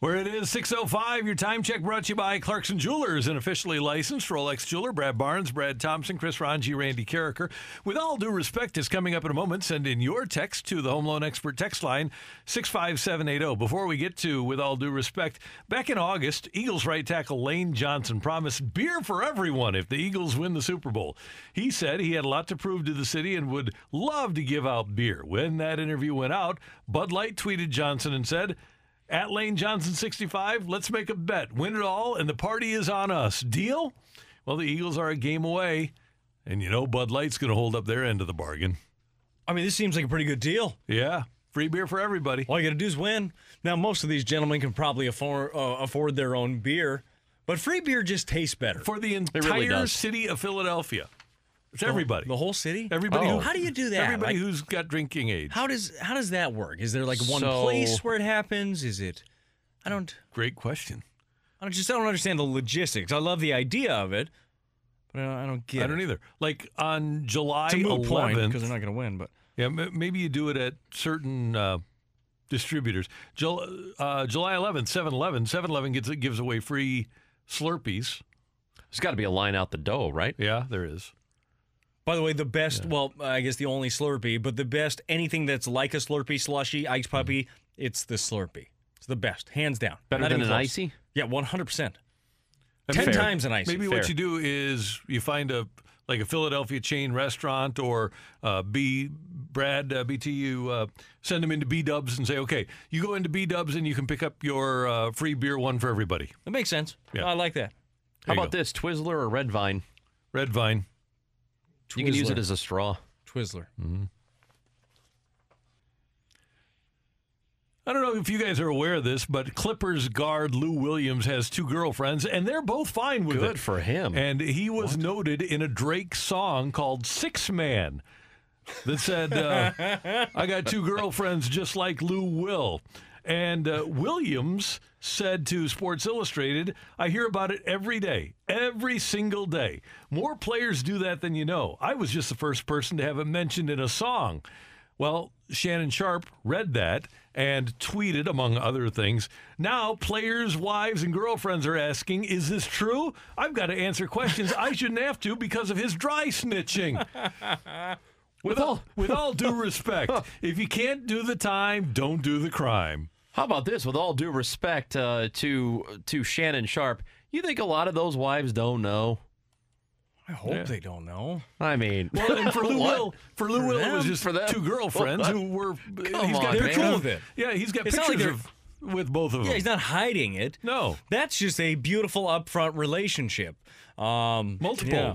Where it is 605, your time check brought to you by Clarkson Jewelers, an officially licensed Rolex jeweler. Brad Barnes, Brad Thompson, Chris Ranji, Randy Carricker. With all due respect, is coming up in a moment. Send in your text to the Home Loan Expert text line 65780. oh. Before we get to With All Due Respect, back in August, Eagles right tackle Lane Johnson promised beer for everyone if the Eagles win the Super Bowl. He said he had a lot to prove to the city and would love to give out beer. When that interview went out, Bud Light tweeted Johnson and said, at Lane Johnson 65, let's make a bet. Win it all, and the party is on us. Deal? Well, the Eagles are a game away, and you know Bud Light's going to hold up their end of the bargain. I mean, this seems like a pretty good deal. Yeah, free beer for everybody. All you got to do is win. Now, most of these gentlemen can probably afford uh, afford their own beer, but free beer just tastes better. For the entire really does. city of Philadelphia. It's everybody. The whole city. everybody Oh. who- How do you do that? Everybody Like, who's got drinking age. how does how does that work? Is there like one So- place where it happens? Is it? I don't. Great question. I don't just I don't understand the logistics. I love the idea of it, but I don't, I don't get. I don't it. either. Like on July It's a moot point because 11th, they're not going to win. But Yeah, m- maybe you do it at certain uh, distributors. Jul- uh, July 11th, 7 Eleven. 7 Eleven gets, gives away free Slurpees. There's got to be a line out the dough, right? Yeah, there is. by the way, the best. Well, I guess the only Slurpee, but the best anything that's like a Slurpee, slushy, ice puppy. It's the Slurpee. It's the best, hands down. Better Not than even an close. icy? Yeah, one hundred percent. I Ten mean, times an icy. Maybe fair. what you do is you find a like a Philadelphia chain restaurant or uh, B Brad uh, BT. You uh, send them into B Dubs and say, okay, you go into B Dubs and you can pick up your uh, free beer, one for everybody. That makes sense. Yeah. I like that. How There you about this Twizzler or Red Vine? Red Vine. You can use Twizzler. it as a straw. Twizzler. I don't know if you guys are aware of this, but Clippers guard Lou Williams has two girlfriends, and they're both fine with it. Good for him. And he was noted in a Drake song called Six Man that said, uh, I got two girlfriends just like Lou Will. And uh, Williams said to Sports Illustrated, I hear about it every day, every single day. More players do that than you know. I was just the first person to have it mentioned in a song. Well, Shannon Sharp read that and tweeted, among other things. Now, players, wives, and girlfriends are asking, Is this true? I've got to answer questions I shouldn't have to because of his dry snitching. With all, with all due respect, if you can't do the time, don't do the crime. How about this? With all due respect uh, to to Shannon Sharp, you think a lot of those wives don't know? I hope they don't know. I mean, Well, and for Lou Will, for Lou Will, it was them? just For them? two girlfriends who were. Come he's got on, pictures They're cool of- with it. Yeah, he's got It's not like pictures they're- of, with both of them. Yeah, he's not hiding it. no, That's just a beautiful upfront relationship. Um, multiple. yeah.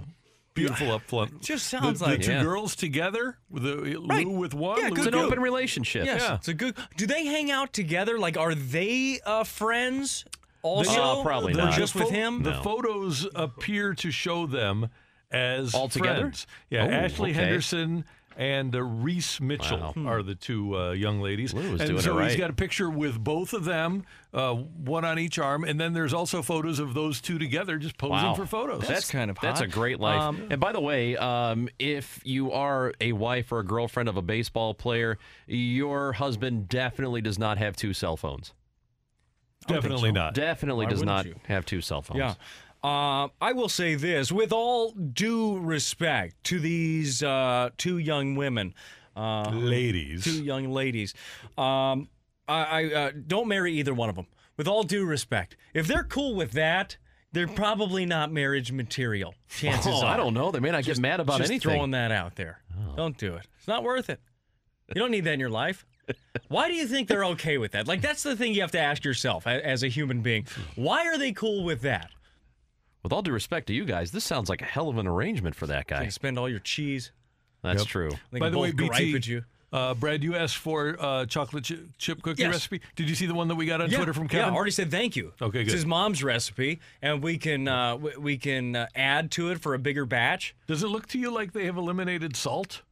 Beautiful up front. Just The- sounds the, like- two Yeah. girls together, with the, Right. Lou with one. Yeah, Lou good it's with an to the know. open relationship. Yes, Yeah. it's a good. Do they hang out together? Like, are they uh, friends? Also, Uh, probably Or not. Just with pho- him. The No. photos appear to show them as All together? friends. Yeah, Oh, Ashley okay. Henderson and uh, Reese Mitchell are the two uh, young ladies. Lou was and doing it so he's right. got a picture with both of them, uh, one on each arm, and then there's also photos of those two together just posing Wow. for photos. That's kind of That's a hot. great life. Um, and by the way, um, if you are a wife or a girlfriend of a baseball player, your husband definitely does not have two cell phones. definitely not. Definitely Uh, Why does wouldn't not you? have two cell phones. Yeah. Uh, I will say this with all due respect to these uh, two young women, uh, Ladies. two young ladies. Um, I, I uh, don't marry either one of them. With all due respect, if they're cool with that, they're probably not marriage material. Chances Oh, are. I don't know. They may not get mad about Just anything. throwing that out there. Oh. Don't do it. It's not worth it. You don't need that in your life. Why do you think they're okay with that? Like that's the thing you have to ask yourself a- as a human being. Why are they cool with that? With all due respect to you guys, this sounds like a hell of an arrangement for that guy. They spend all your cheese. That's true. They By can the way, both gripe BT, at you. Uh, Brad, you asked for uh, chocolate chip, chip cookie Yes. recipe. Did you see the one that we got on Yeah, Twitter from yeah, Kevin? already said thank you. Okay, It's good. his mom's recipe, and we can uh, w- we can uh, add to it for a bigger batch. Does it look to you like they have eliminated salt?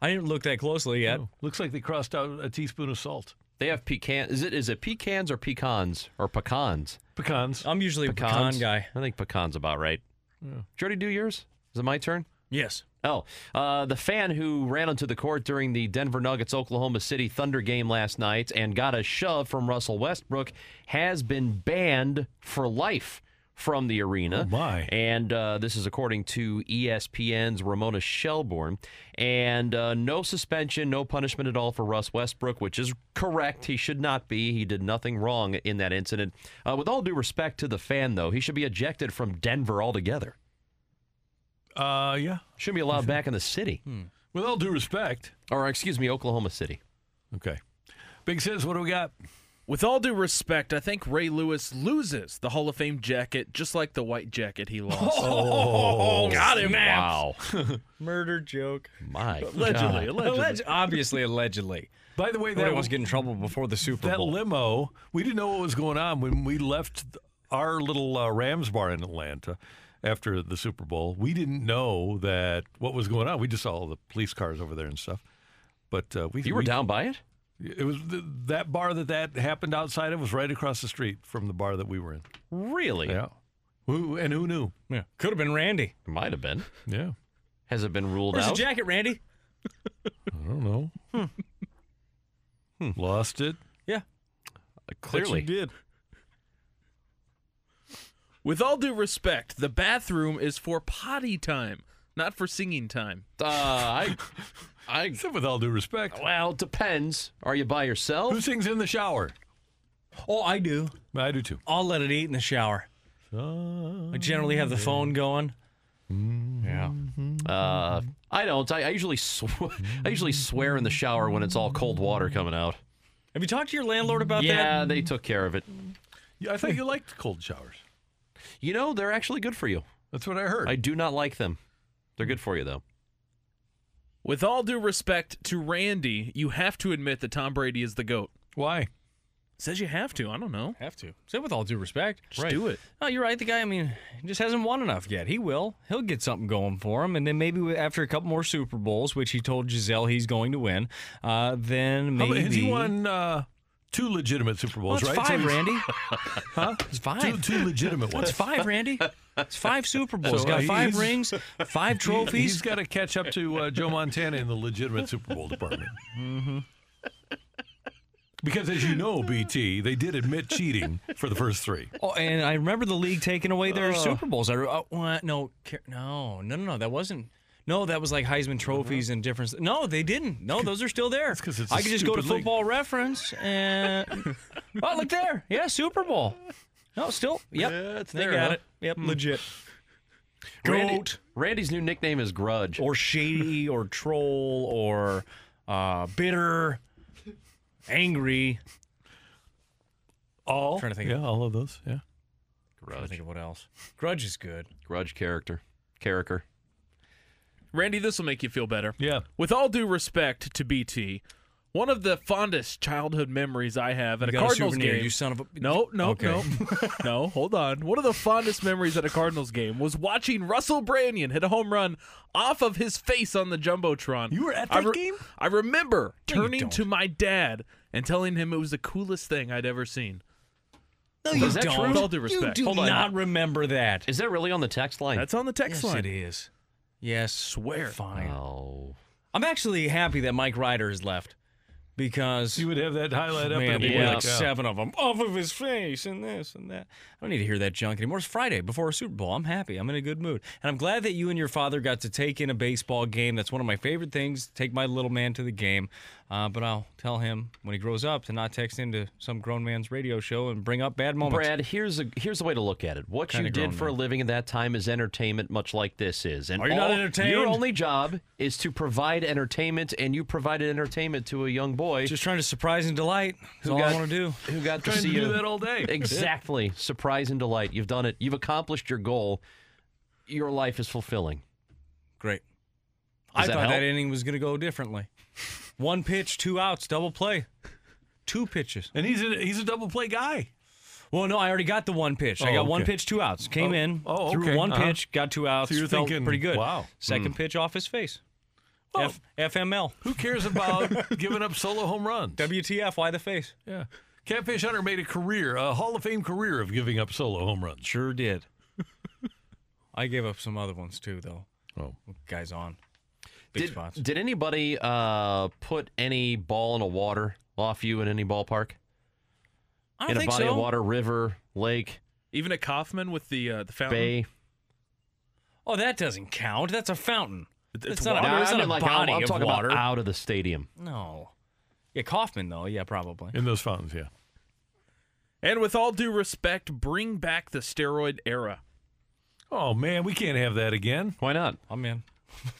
I didn't look that closely yet. Looks like they crossed out a teaspoon of salt. They have pecan. Is it is it pecans or pecans or pecans? Pecans. I'm usually a pecan Pecans? guy. I think pecans about right. Did you already do yours? Is it my turn? Yes. Oh, uh, the fan who ran onto the court during the Denver Nuggets Oklahoma City Thunder game last night and got a shove from Russell Westbrook has been banned for life from the arena. Oh, my. And uh, this is according to E ESPN's Ramona Shelbourne. And uh, no suspension, no punishment at all for Russ Westbrook, which is correct. He should not be. He did nothing wrong in that incident. Uh, with all due respect to the fan, though, he should be ejected from Denver altogether. Uh, yeah. Shouldn't be allowed back in the city. With all due respect. Or, excuse me, Oklahoma City. Okay. Big sis, what do we got? With all due respect, I think Ray Lewis loses the Hall of Fame jacket just like the white jacket he lost. Oh, got him. Wow. Murder joke. My Allegedly, God. allegedly. Alleg- obviously, allegedly. By the way, Nobody that wants to get in trouble before the Super that Bowl. limo, we didn't know what was going on when we left our little uh, Rams bar in Atlanta after the Super Bowl. We didn't know that what was going on. We just saw all the police cars over there and stuff. But uh, we You were we- down by it? It was th- that bar that that happened outside of was right across the street from the bar that we were in. Really? Who and who knew? yeah. Could have been Randy. Might have been. Yeah. Has it been ruled Where's the out? jacket, Randy? I don't know. Hmm. Hmm. Lost it. Yeah. Uh, Clearly. did. With all due respect, the bathroom is for potty time, not for singing time. Uh, I, I, Except with all due respect. well, it depends. Are you by Who yourself? sings in the shower? Oh, I do. I do too. I'll let it eat in the shower. I generally have the phone going. Yeah. Uh, I don't. I, I usually, sw- I usually swear in the shower when it's all cold water coming out. Have you talked to your landlord about that? Yeah, they took care of it. Yeah, I thought you liked cold showers. You know, they're actually good for you. That's what I heard. I do not like them. They're good for you though. With all due respect to Randy, you have to admit that Tom Brady is the GOAT. Why? Says you have to. I don't know. Have to. Say with all due respect. Just do it. No, you're right. The guy, I mean, he just hasn't won enough yet. He will. He'll get something going for him, and then maybe we- after a couple more Super Bowls, which he told Giselle he's going to win, uh, then How maybe many- has he won uh, two legitimate Super Well, Bowls, it's right? So five, he's- Randy. huh? It's Two, five. two legitimate It's ones. five, Randy. It's five Super Bowls. So, uh, got five he's- rings, five trophies. He's got to catch up to uh, Joe Montana in the legitimate Super Bowl department. Mm-hmm. Because, as you know, BT, they did admit cheating for the first three. Oh, and I remember the league taking away their Super Bowls. I re- uh, what? no, Car- no, no, no, no. That wasn't. No, that was like Heisman trophies and different. s- No, they didn't. No, those are still there. 'cause Uh-huh. it's a I could just go to stupid league. Football Reference and oh, look there. Yeah, Super Bowl. No, still. Yep, Yeah, it's they there, got huh? it. Yep, Hmm. legit. Randy- Goat. Randy's new nickname is Grudge. Oh. or shady or troll or uh, bitter, angry. All? Trying to think Yeah, of- all of those. Yeah. I think of what else. Grudge is good. Grudge character. Character. Randy, this will make you feel better. Yeah. With all due respect to BT, one of the fondest childhood memories I have at You a got a Cardinals souvenir, game. you son of a- No, no, Okay. no, no. Hold on. One of the fondest memories at a Cardinals game was watching Russell Branion hit a home run off of his face on the jumbotron. You were at I that game? I remember you turning don't. to my dad and telling him it was the coolest thing I'd ever seen. No, you Is that don't. true? With all due respect, You do Hold on. not remember that. Is that really on the text line? that's on the text line. is. Yes, Swear. Fine. oh. I'm actually happy that Mike Ryder has left because You would have that highlight up man, and there be were like, like yeah. seven of them off of his face and this and that. I don't need to hear that junk anymore. It's Friday before a Super Bowl. I'm happy. I'm in a good mood, and I'm glad that you and your father got to take in a baseball game. That's one of my favorite things. Take my little man to the game, uh, but I'll tell him when he grows up to not text him to some grown man's radio show and bring up bad moments. Brad, here's a here's the way to look at it. What Kinda you did grown for a living in that time is entertainment, much like this is. And Are you not all- entertained? Your only job is to provide entertainment, and you provided entertainment to a young boy Just trying to surprise and delight. That's all I got- want to do. who got to Trying to see do you. that all day. exactly, surprise and delight. You've done it. You've accomplished your goal. Your life is fulfilling. Great. Does I that thought help? that inning was going to go differently. One pitch, two outs, double play. Two pitches. And he's a, he's a double play guy. Well, no, I already got the one pitch. I Oh, got one okay. pitch, two outs. Came in, oh, threw okay. one Uh-huh. pitch, got two outs. you're felt thinking, pretty good. wow. Second pitch off his face. F- FML. Who cares about giving up solo home runs? WTF, why the face? yeah. Catfish Hunter made a career, a Hall of Fame career of giving up solo home runs. Sure did. I gave up some other ones too, though. Oh. Guys on. Big Did, spots. did anybody uh, put any ball in a water off you in any ballpark? I In don't a think body so. of water, river, lake, Even at Kaufman with the uh, the Um, fountain. bay? Oh, that doesn't count. That's a fountain. It's It's not water. a, No, it's I not mean, a like, body I'm, I'm of talking water. about out of the stadium. No. Yeah, Kaufman though. Yeah, probably. in those fountains. Yeah. And with all due respect, bring back the steroid era. Oh man, we can't have that again. Why not? I'm in.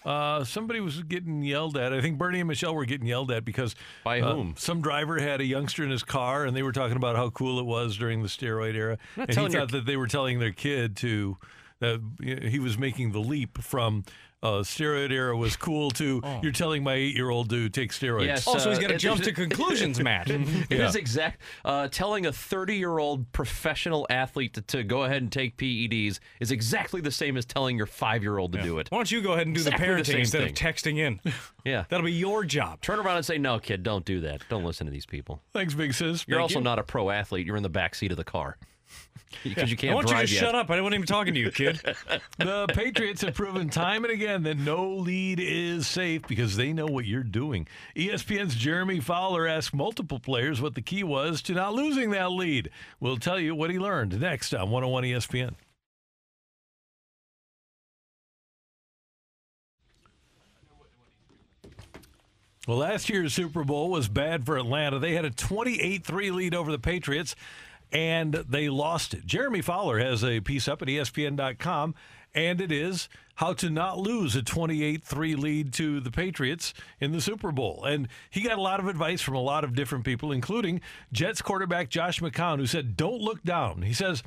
Uh, somebody was getting yelled at. I think Bernie and Michelle were getting yelled at because By uh, whom? Some driver had a youngster in his car, and they were talking about how cool it was during the steroid era. not and he telling your- thought that they were telling their kid to that uh, he was making the leap from uh, steroid era was cool to you're telling my eight year old to take steroids. Yes. Also, he's uh, got to it- jump it- to conclusions, Matt. It is exact. Uh, telling a 30 year old professional athlete to, to go ahead and take PEDs is exactly the same as telling your five year old to do it. Why don't you go ahead and do Exactly the the parenting same instead of texting in? Yeah. That'll be your job. Turn around and say, no, kid, don't do that. Don't listen to these people. Thanks, big sis. You're Thank also you. not a pro athlete. You're in the back seat of the car because you can't I want you drive to yet. shut up. I wasn't even talking to you, kid. The Patriots have proven time and again that no lead is safe because they know what you're doing. E ESPN's Jeremy Fowler asked multiple players what the key was to not losing that lead. We'll tell you what he learned next on 101 ESPN. Well, last year's Super Bowl was bad for Atlanta. They had a 28 3 lead over the Patriots, and they lost it. Jeremy Fowler has a piece up at E ESPN.com, and it is how to not lose a 28 3 lead to the Patriots in the Super Bowl. And he got a lot of advice from a lot of different people, including Jets quarterback Josh McCown, who said, Don't look down. He says,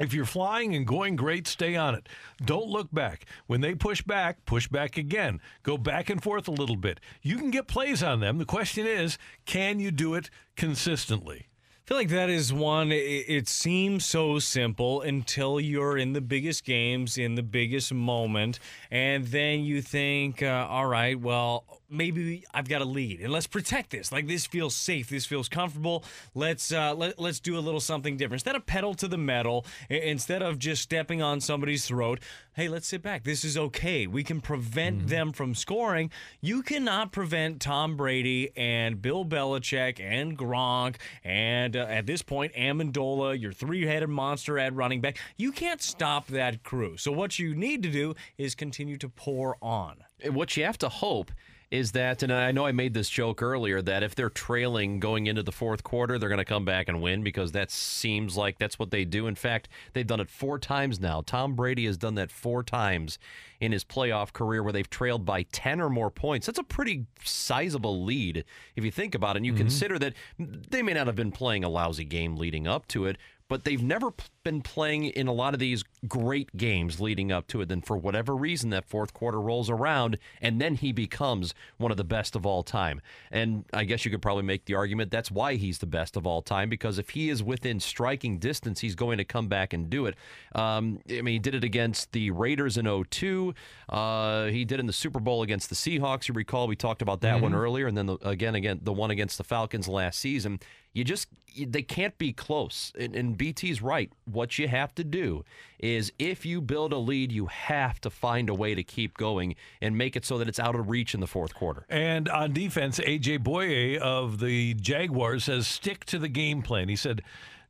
if you're flying and going great, stay on it. Don't look back. When they push back, push back again. Go back and forth a little bit. You can get plays on them. The question is, can you do it consistently? I feel like that is one. i- It seems so simple until you're in the biggest games, in the biggest moment, and then you think, uh, all right, well, maybe I've got a lead, and let's protect this. Like this feels safe, this feels comfortable. Let's uh, let, let's do a little something different instead of pedal to the metal, i- instead of just stepping on somebody's throat. Hey, let's sit back. This is okay. We can prevent them from scoring. You cannot prevent Tom Brady and Bill Belichick and Gronk and uh, at this point Amendola, your three-headed monster at running back. You can't stop that crew. So what you need to do is continue to pour on. what you have to hope is that, and I know I made this joke earlier, that if they're trailing going into the fourth quarter, they're going to come back and win because that seems like that's what they do. In fact, they've done it four times now. Tom Brady has done that four times in his playoff career where they've trailed by 10 or more points. That's a pretty sizable lead if you think about it. And you consider that they may not have been playing a lousy game leading up to it, but they've never p- been playing in a lot of these great games leading up to it. Then, for whatever reason, that fourth quarter rolls around, and then he becomes one of the best of all time. And I guess you could probably make the argument that's why he's the best of all time, because if he is within striking distance, he's going to come back and do it. Um, I mean, he did it against the Raiders in 02. Uh, he did in the Super Bowl against the Seahawks. You recall we talked about that one earlier, and then the, again, again, the one against the Falcons last season you just you- they can't be close and, and bt's right what you have to do is if you build a lead you have to find a way to keep going and make it so that it's out of reach in the fourth quarter And on defense, AJ Boye of the Jaguars says, stick to the game plan. He said,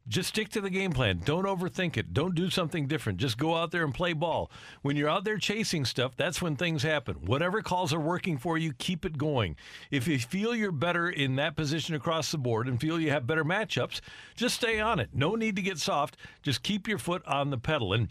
just stick to the game plan. Don't overthink it. Don't do something different. Just go out there and play ball. When you're out there chasing stuff, that's when things happen. Whatever calls are working for you, keep it going. If you feel you're better in that position across the board and feel you have better matchups, just stay on it. No need to get soft. Just keep your foot on the pedal. And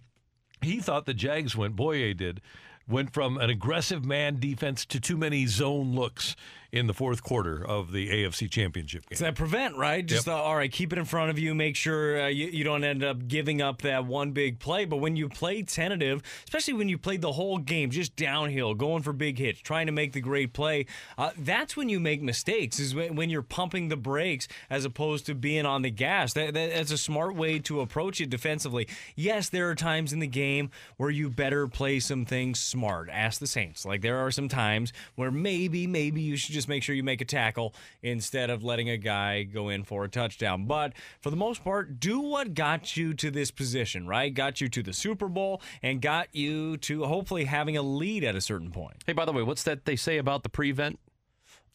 he thought the Jags went, Boye did, went from an aggressive man defense to too many zone looks in the fourth quarter of the AFC Championship game. It's that prevent, right? Just the, all right, keep it in front of you. Make sure uh, you, you don't end up giving up that one big play. But when you play tentative, especially when you played the whole game just downhill, going for big hits, trying to make the great play, uh, that's when you make mistakes. Is when, when you're pumping the brakes as opposed to being on the gas. That, that, that's a smart way to approach it defensively. Yes, there are times in the game where you better play some things smart. Ask the Saints. Like there are some times where maybe, maybe you should just just make sure you make a tackle instead of letting a guy go in for a touchdown. But for the most part, do what got you to this position, right? Got you to the Super Bowl and got you to hopefully having a lead at a certain point. Hey, by the way, what's that they say about the prevent?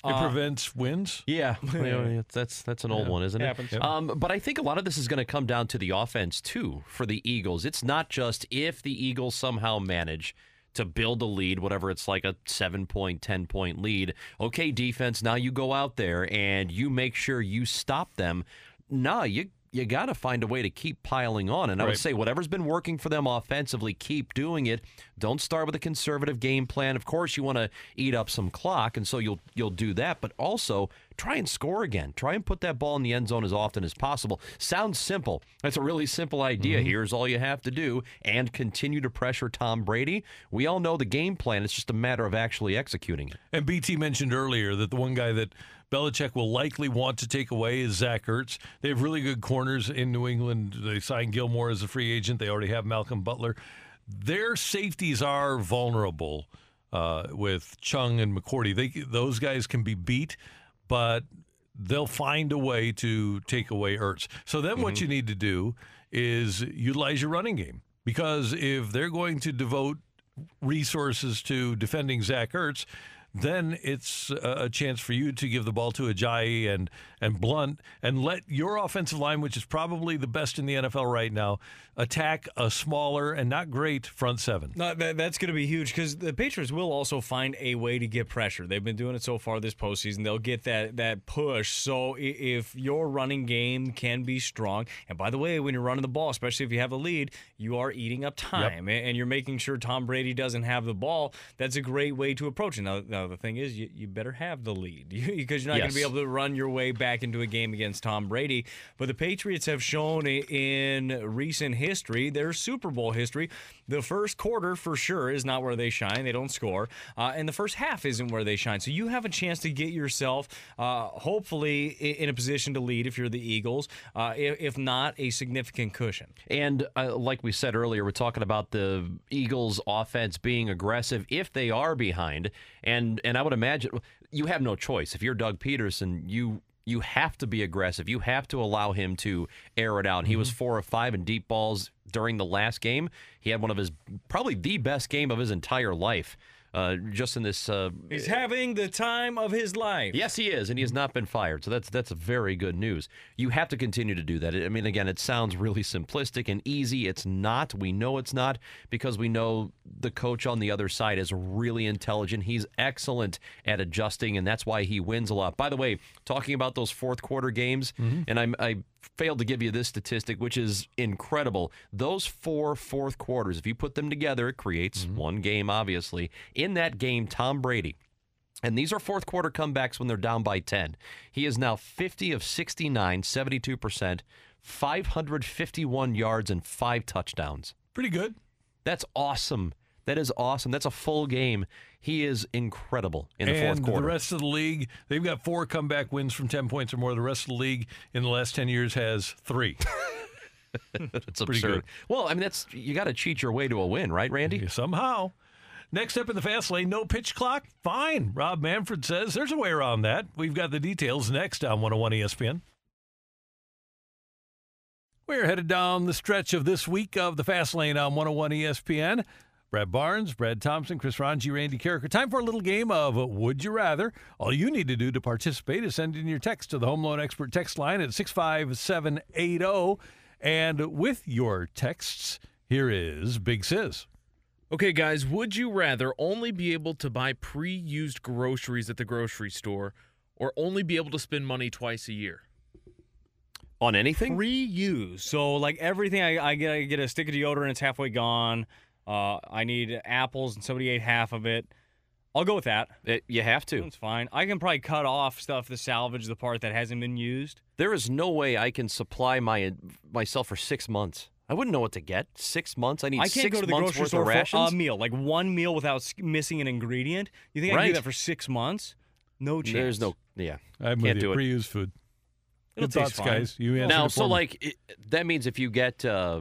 it prevents wins. Yeah, well, yeah, that's that's an old one, isn't it? Happens. Yep. Um, but I think a lot of this is going to come down to the offense too for the Eagles. It's not just if the Eagles somehow manage to build a lead, whatever it's like a seven point, ten point lead. Okay, defense, now you go out there and you make sure you stop them. Nah, you you got to find a way to keep piling on. And I would say whatever's been working for them offensively, keep doing it. Don't start with a conservative game plan. Of course, you want to eat up some clock, and so you'll you'll do that. But also try and score again. Try and put that ball in the end zone as often as possible. Sounds simple. That's a really simple idea. Here's all you have to do, and continue to pressure Tom Brady. We all know the game plan. It's just a matter of actually executing it. And BT mentioned earlier that the one guy that Belichick will likely want to take away is Zach Ertz. They have really good corners in New England. They signed Gilmore as a free agent. They already have Malcolm Butler. Their safeties are vulnerable uh, with Chung and McCourty. They, those guys can be beat, but they'll find a way to take away Ertz. So then Mm-hmm. what you need to do is utilize your running game because if they're going to devote resources to defending Zach Ertz, then it's a a chance for you to give the ball to Ajayi and and Blunt and let your offensive line, which is probably the best in the NFL right now, attack a smaller and not great front seven. No, that, that's going to be huge because the Patriots will also find a way to get pressure. They've been doing it so far this postseason. They'll get that that push. So i- if your running game can be strong, and by the way, when you're running the ball, especially if you have a lead, you are eating up time, a- and you're making sure Tom Brady doesn't have the ball. That's a great way to approach it. Now, now the thing is, you, you better have the lead because you're not going to be able Yes. able to run your way back into a game against Tom Brady. But the Patriots have shown i- in recent history, their Super Bowl history, the first quarter for sure is not where they shine. They don't score. Uh, and the first half isn't where they shine. So you have a chance to get yourself, uh, hopefully, i- in a position to lead if you're the Eagles, uh, i- if not a significant cushion. And uh, like we said earlier, we're talking about the Eagles' offense being aggressive if they are behind, and and I would imagine you have no choice if you're Doug Peterson, you. You have to be aggressive. You have to allow him to air it out. He was four of five in deep balls during the last game. He had one of his probably the best game of his entire life, uh, just in this uh, He's having the time of his life. Yes, he is, and he has not been fired. So that's that's very good news. You have to continue to do that. I mean, again, it sounds really simplistic and easy. It's not. We know it's not because we know the coach on the other side is really intelligent. He's excellent at adjusting, and that's why he wins a lot. By the way, talking about those fourth quarter games, and I'm, I failed to give you this statistic, which is incredible. Those four fourth quarters, if you put them together, it creates one game. Obviously, in that game, Tom Brady. And these are fourth quarter comebacks when they're down by 10. He is now 50 of 69, 72%, 551 yards, and five touchdowns. Pretty good. That's awesome. That is awesome. That's a full game. He is incredible in the and fourth quarter. the rest of the league, they've got four comeback wins from 10 points or more. The rest of the league in the last 10 years has three. it's pretty absurd. good. Well, I mean, that's you got to cheat your way to a win, right, Randy? Somehow. Next up in the fast lane, no pitch clock? Fine. Rob Manfred says there's a way around that. We've got the details next on 101 ESPN. We're headed down the stretch of this week of the Fast Lane on 101 ESPN. Brad Barnes, Brad Thompson, Chris Ranji, Randy Carricker. Time for a little game of Would You Rather. All you need to do to participate is send in your text to the Home Loan Expert text line at 65780. oh. And with your texts, here is Big Sis. Okay, guys, would you rather only be able to buy pre used groceries at the grocery store or only be able to spend money twice a year? On anything? reuse. So like everything, I, I get I get a stick of deodorant, it's halfway gone. Uh, I need apples, and somebody ate half of it. I'll go with that. Uh, you have to. That's fine. I can probably cut off stuff to salvage the part that hasn't been used. There is no way I can supply my myself for six months. I wouldn't know what to get. Six months. I need I can't six go to the months grocery worth store of for rations. a meal, like one meal without s- missing an ingredient. You think I can Right. do that for six months? No chance. There's no. Yeah, I'm can't with do you. it. Pre-used food. It'll Good taste thoughts, fine. guys. You answered now it so for me. like it, that means if you get uh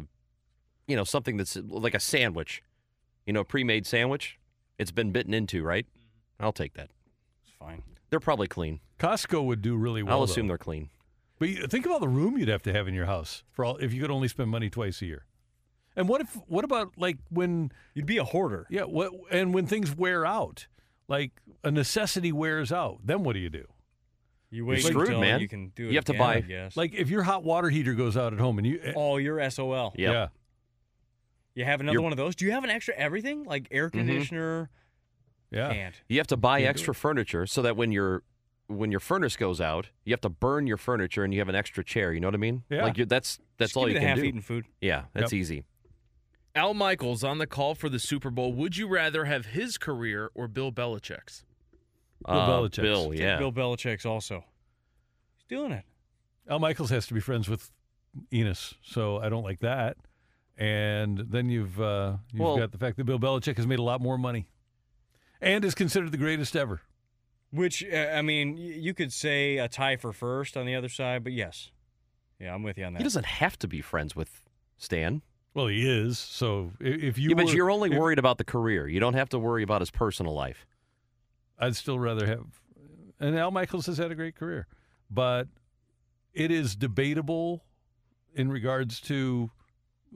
you know something that's like a sandwich Mm-hmm. you know a pre-made sandwich it's been bitten into right i'll take that It's fine. They're probably clean. Costco would do really well. I'll though. assume they're clean. But you, think about the room you'd have to have in your house for all if you could only spend money twice a year. And what if what about like when You'd be a hoarder. yeah what and when things wear out like a necessity wears out then what do you do? You wait screwed, until man. you can do You it. have to again, I buy- guess. Like if your hot water heater goes out at home and you eh, oh, you're SOL. Yep. yeah You have another You're- Mm-hmm. one of those? Do you have an extra everything? Like air conditioner yeah and You have to buy Can't do extra furniture so that when your when your furnace goes out, you have to burn your furniture and you have an extra chair. You know what I mean? Yeah. Like you, that's that's Just all give you me the can do. half-eaten food. Yeah, that's Yep. easy. Al Michaels on the call for the Super Bowl. Would you rather have his career or Bill Belichick's? Bill Uh, Belichick's. Bill, Take yeah. Bill Belichick's also. He's doing it. Al Michaels has to be friends with Enos so I don't like that. And then you've uh, you've Well- got the fact that Bill Belichick has made a lot more money and is considered the greatest ever. Which uh, I mean, y- you could say a tie for first on the other side, but yes, yeah, I'm with you on He that. doesn't have to be friends with Stan. Well, he is. So i- if you You but were- you're only if- worried about the career. You don't have to worry about his personal life. I'd still rather have. And Al Michaels has had a great career, but it is debatable in regards to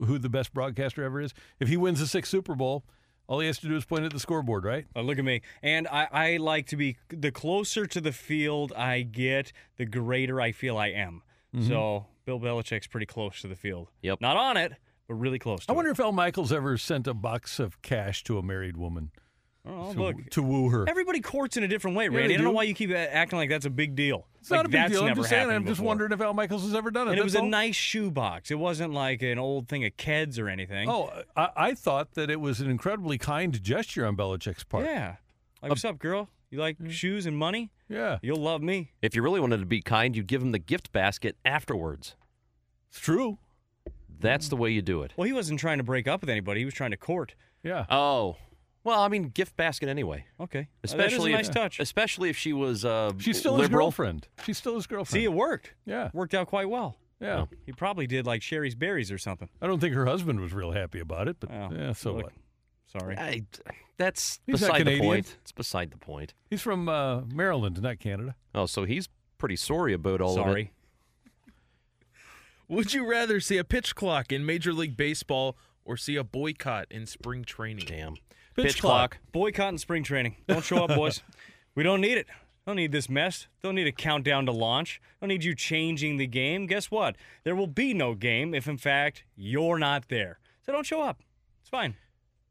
who the best broadcaster ever is. If he wins the sixth Super Bowl, all he has to do is point at the scoreboard, right? Uh, look at me, and I, I like to be the closer to the field I get, the greater I feel I am. So Bill Belichick's pretty close to the field. Mm-hmm. Yep. not on it, but really close. To I wonder if Al Michaels ever sent a box of cash to a married woman It. Oh, to, look, to woo her. everybody courts in a different way, they Randy. I don't know do. why you keep a- acting like that's a big deal. It's like, not a big that's deal. I'm never just saying. happened I'm just before. wondering if Al Michaels has ever done it. And it was that's a all. nice shoebox. It wasn't like an old thing of Keds or anything. Oh, I, I thought that it was an incredibly kind gesture on Belichick's part. yeah. Like, what's up, girl? You like shoes and money? yeah. You'll love me. If you really wanted to be kind, you'd give him the gift basket afterwards. It's true. That's the way you do it. Well, he wasn't trying to break up with anybody. He was trying to court. Yeah. Uh, Oh, well, I mean, gift basket anyway. Okay. Uh, Especially that is a nice if, touch. Especially if she was uh, She's still his liberal. girlfriend. She's still his girlfriend. See, it worked. yeah. Worked out quite well. Yeah. He probably did like Sherry's berries or something. I don't think her husband was real happy about it, but Oh, yeah, so look. what? Sorry. I, that's He's not beside the Canadian. point. It's beside the point. He's from uh, Maryland, not Canada. Oh, so he's pretty sorry about all of it. Sorry. Would you rather see a pitch clock in Major League Baseball or see a boycott in spring training? Damn. Pitch Boycott in spring training. Don't show up, boys. We don't need it. Don't need this mess. Don't need a countdown to launch. Don't need you changing the game. Guess what? There will be no game if, in fact, you're not there. So don't show up. It's fine.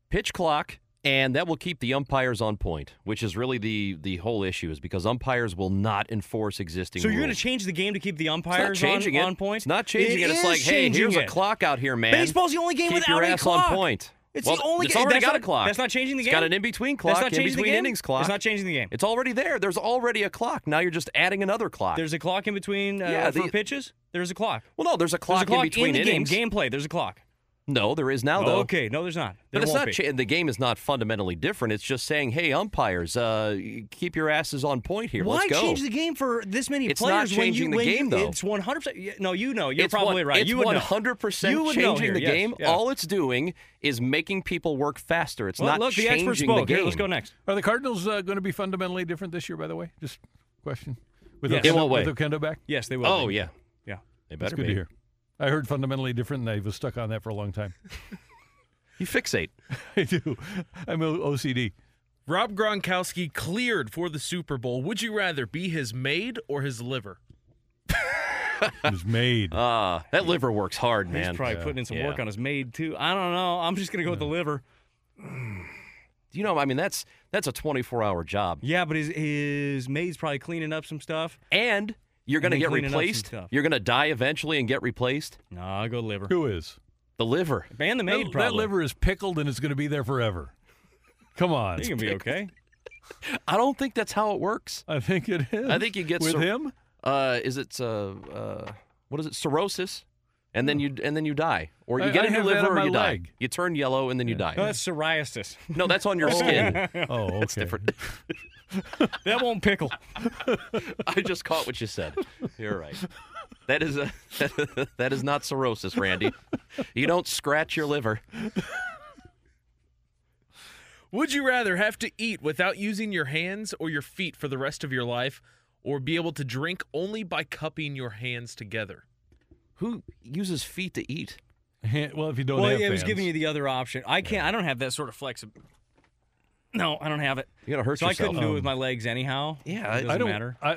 Pitch clock, and that will keep the umpires on point, which is really the the whole issue, is because umpires will not enforce existing. So you're going to rules. change the game to keep the It's not umpires changing on, it. on point? It's not changing it. It's is like, hey, changing here's a it. clock out here, man. Baseball's the only game Keep without your a ass clock. on point. It's Well, the only it's game. already that's got not, a clock. That's not changing the game. It's got an in between clock, That's not in changing the between game. innings clock. It's not changing the game. It's already there. There's already a clock. Now you're just adding another clock. There's a clock in between uh, Yeah, for the- pitches. There's a clock. well, no, there's a clock, there's a clock in between the innings. game. Gameplay. There's a clock. No, there is now though. Oh, Okay. No, there's not. There But it's won't not be. cha- the game is not fundamentally different. It's just saying, hey, umpires, uh, keep your asses on point here. Why Let's go. change the game for this many It's players not when you changing the when game, you, though. It's 100. percent No, you know. You're it's probably one, right. It's you would know. 100% You would know changing here, the yes, game. yeah. All it's doing is making people work faster. It's Well, not look, the changing expert spoke. the game. Here, let's go next. Are the Cardinals uh, going to be fundamentally different this year? By the way, just question. With Yes. Okendo, In what way? With Okendo back, Yes, they will. Oh, be. yeah. yeah. They better that's good be. to hear. I heard fundamentally different, and I was stuck on that for a long time. You fixate. I do. I'm O- OCD. Rob Gronkowski cleared for the Super Bowl. Would you rather be his maid or his liver? It was made. Uh, that liver works hard, man. He's probably putting in some uh, Yeah. work on his maid too. I don't know. I'm just gonna go with the liver. you know, I mean, that's that's a 24-hour job. Yeah, but his his maid's probably cleaning up some stuff. And you're going to then get cleaning up some replaced. stuff. You're going to die eventually and get replaced. No, I'll go liver. Who is The liver. And that, the maid that probably. liver is pickled, and it's going to be there forever. Come on. You're gonna be okay. I don't think that's how it works. I think it is. I think you get with sur- him. uh, is it uh, uh, what is it cirrhosis and then you and then you die or you I- get I a new have that liver on or my you leg. die you turn yellow and then you No, die that's psoriasis. no that's on your skin Oh, okay. that's different that won't pickle. Oh, i just caught what you said you're right that is a that is not cirrhosis randy you don't scratch your liver Would you rather have to eat without using your hands or your feet for the rest of your life, or be able to drink only by cupping your hands together? Who uses feet to eat? Hand- well, if you don't Well, have yeah, it was fans. giving you the other option. I can't. I don't have that sort of flexibility. No, I don't have it. You gotta hurt So I yourself. couldn't do it with my legs anyhow. Yeah, it I- doesn't I don't matter. I,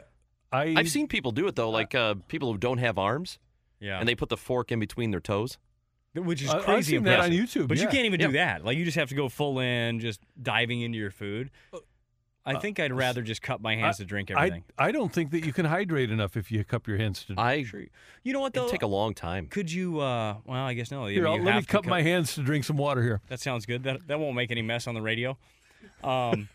I Oh. I've seen people do it though, like uh, people who don't have arms Yeah, and they put the fork in between their toes. which is I- I've crazy. seen that on impressive. YouTube, but you yeah. can't even do that. Like you just have to go full in, just diving into your food. I think I'd rather just cut my hands to drink Uh, I, everything. I don't think that you can hydrate enough if you cup your hands to. I you know what though? it'd take a long time. Could you? uh Well, I guess no. I here, mean, I'll- you let me have to cup my hands to drink some water here. That sounds good. That that won't make any mess on the radio. Um,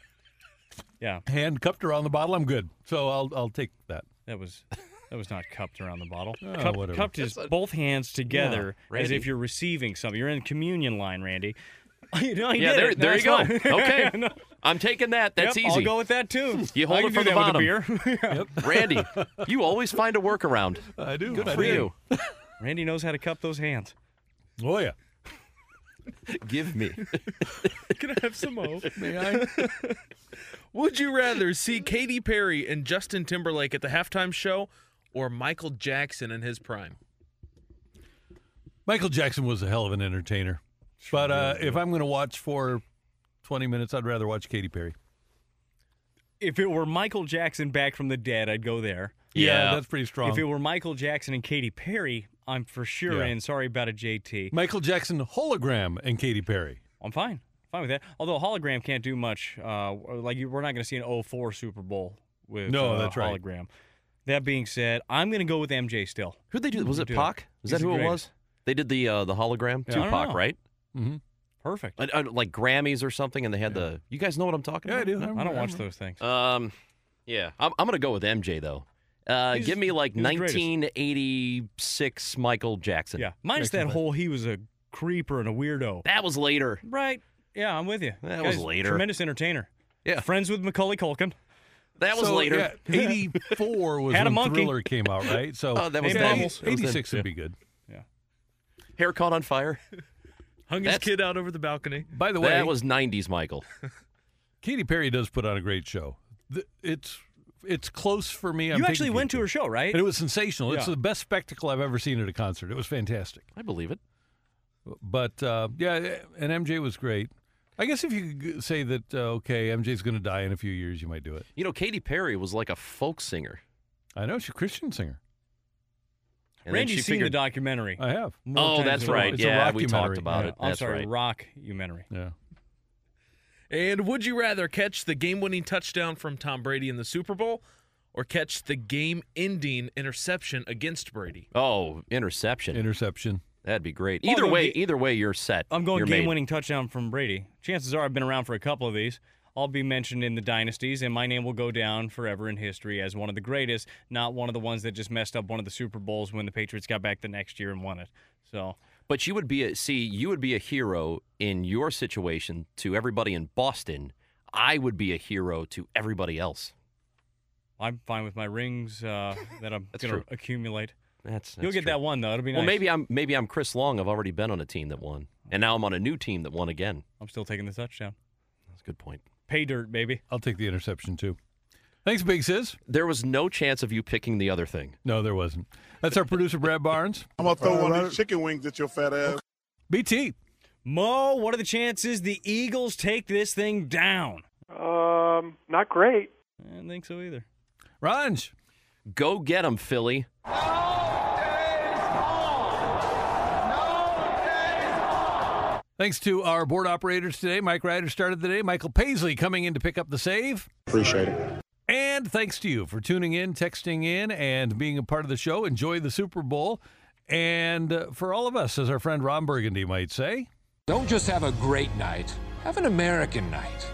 yeah, Hand cupped around the bottle. I'm good. So I'll I'll take that. that was that was not cupped around the bottle. Oh, Cup- whatever. cupped is both hands together as Randy. if you're receiving something. You're in communion line, Randy. No, he Yeah, did there, it. No, there you go. that's fine. Okay, No. I'm taking that. That's Yep, easy. I'll go with that too. You hold I can it from do the that bottom. With a beer. Randy, you always find a workaround I do. Good for you. Randy knows how to cup those hands. Oh yeah. Give me. Can I have some more? May I? Would you rather see Katy Perry and Justin Timberlake at the halftime show, or Michael Jackson in his prime? Michael Jackson was a hell of an entertainer. But uh, if I'm going to watch for 20 minutes, I'd rather watch Katy Perry. If it were Michael Jackson back from the dead, I'd go there. Yeah. that's pretty strong. If it were Michael Jackson and Katy Perry, I'm for sure Yeah. in. Sorry about a JT. Michael Jackson hologram and Katy Perry. I'm fine. Fine with that. Although hologram can't do much. Uh, like you, we're not going to see an 04 Super Bowl with No, uh, that's right. hologram. That being said, I'm going to go with MJ still. Who'd they do? Was it Dude, Pac? he's Is that the who it greatest. was? They did the uh, the hologram. I don't Tupac, know. right? Mm-hmm. Perfect. Uh, uh, like Grammys or something, and they had the. You guys know what I'm talking Yeah, I about? do. I don't watch those things. Um, yeah, I'm, I'm gonna go with MJ though. Uh, He's- give me like he's the greatest. 1986 Michael Jackson. yeah. Minus that whole he was a creeper and a weirdo. that was later. Right. Yeah, I'm with you. That was Guy's a later. Tremendous entertainer. Yeah. Friends with Macaulay Culkin. That was later. Yeah, 84 was Had a when monkey. Thriller came out, right? So Oh, that was Hey, then. Bubbles. That was then. 86 would be good. Hair caught on fire. Hung his That's- kid out over the balcony. By the way, That was 90s Michael. Katy Perry does put on a great show. Th- It's it's close for me. I'm you taking actually went Katy to her show, right? Perry. And it was sensational. It's Yeah. the best spectacle I've ever seen at a concert. It was fantastic. I believe it. But uh, yeah, and MJ was great. I guess if you could g- say that, uh, okay, MJ's going to die in a few years, you might do it. You know, Katy Perry was like a folk singer. I know she's a Christian singer. And then Randy's she seen figured, the documentary. I have. more Oh, times that's than right. once. It's a yeah, we talked rockumentary, about yeah. it. I'm That's sorry, right. rockumentary. Yeah. And would you rather catch the game-winning touchdown from Tom Brady in the Super Bowl, or catch the game-ending interception against Brady? Oh, interception. Interception. That'd be great. I'll Either go way, ga- either way, you're set. I'm going You're made. game winning touchdown from Brady. Chances are I've been around for a couple of these. I'll be mentioned in the dynasties, and my name will go down forever in history as one of the greatest, not one of the ones that just messed up one of the Super Bowls when the Patriots got back the next year and won it. So But you would be a see, you would be a hero in your situation to everybody in Boston. I would be a hero to everybody else. I'm fine with my rings uh, that I'm That's going true. to accumulate. That's, that's You'll get true. that one, though. It'll be nice. Well, maybe I'm maybe I'm Chris Long. I've already been on a team that won, and now I'm on a new team that won again. I'm still taking the touchdown. That's a good point. Pay dirt, baby. I'll take the interception too. Thanks, Big Sis. There was no chance of you picking the other thing. No, there wasn't. That's our producer, Brad Barnes. I'm gonna throw one of these chicken wings at your fat ass. BT. Mo, what are the chances the Eagles take this thing down? Um, not great. I don't think so either. Ranj. Go get 'em, Philly. Thanks to our board operators today. Mike Ryder started the day. Michael Paisley coming in to pick up the save. Appreciate it. And thanks to you for tuning in, texting in, and being a part of the show. Enjoy the Super Bowl. And uh, for all of us, as our friend Ron Burgundy might say, Don't just have a great night, have an American night.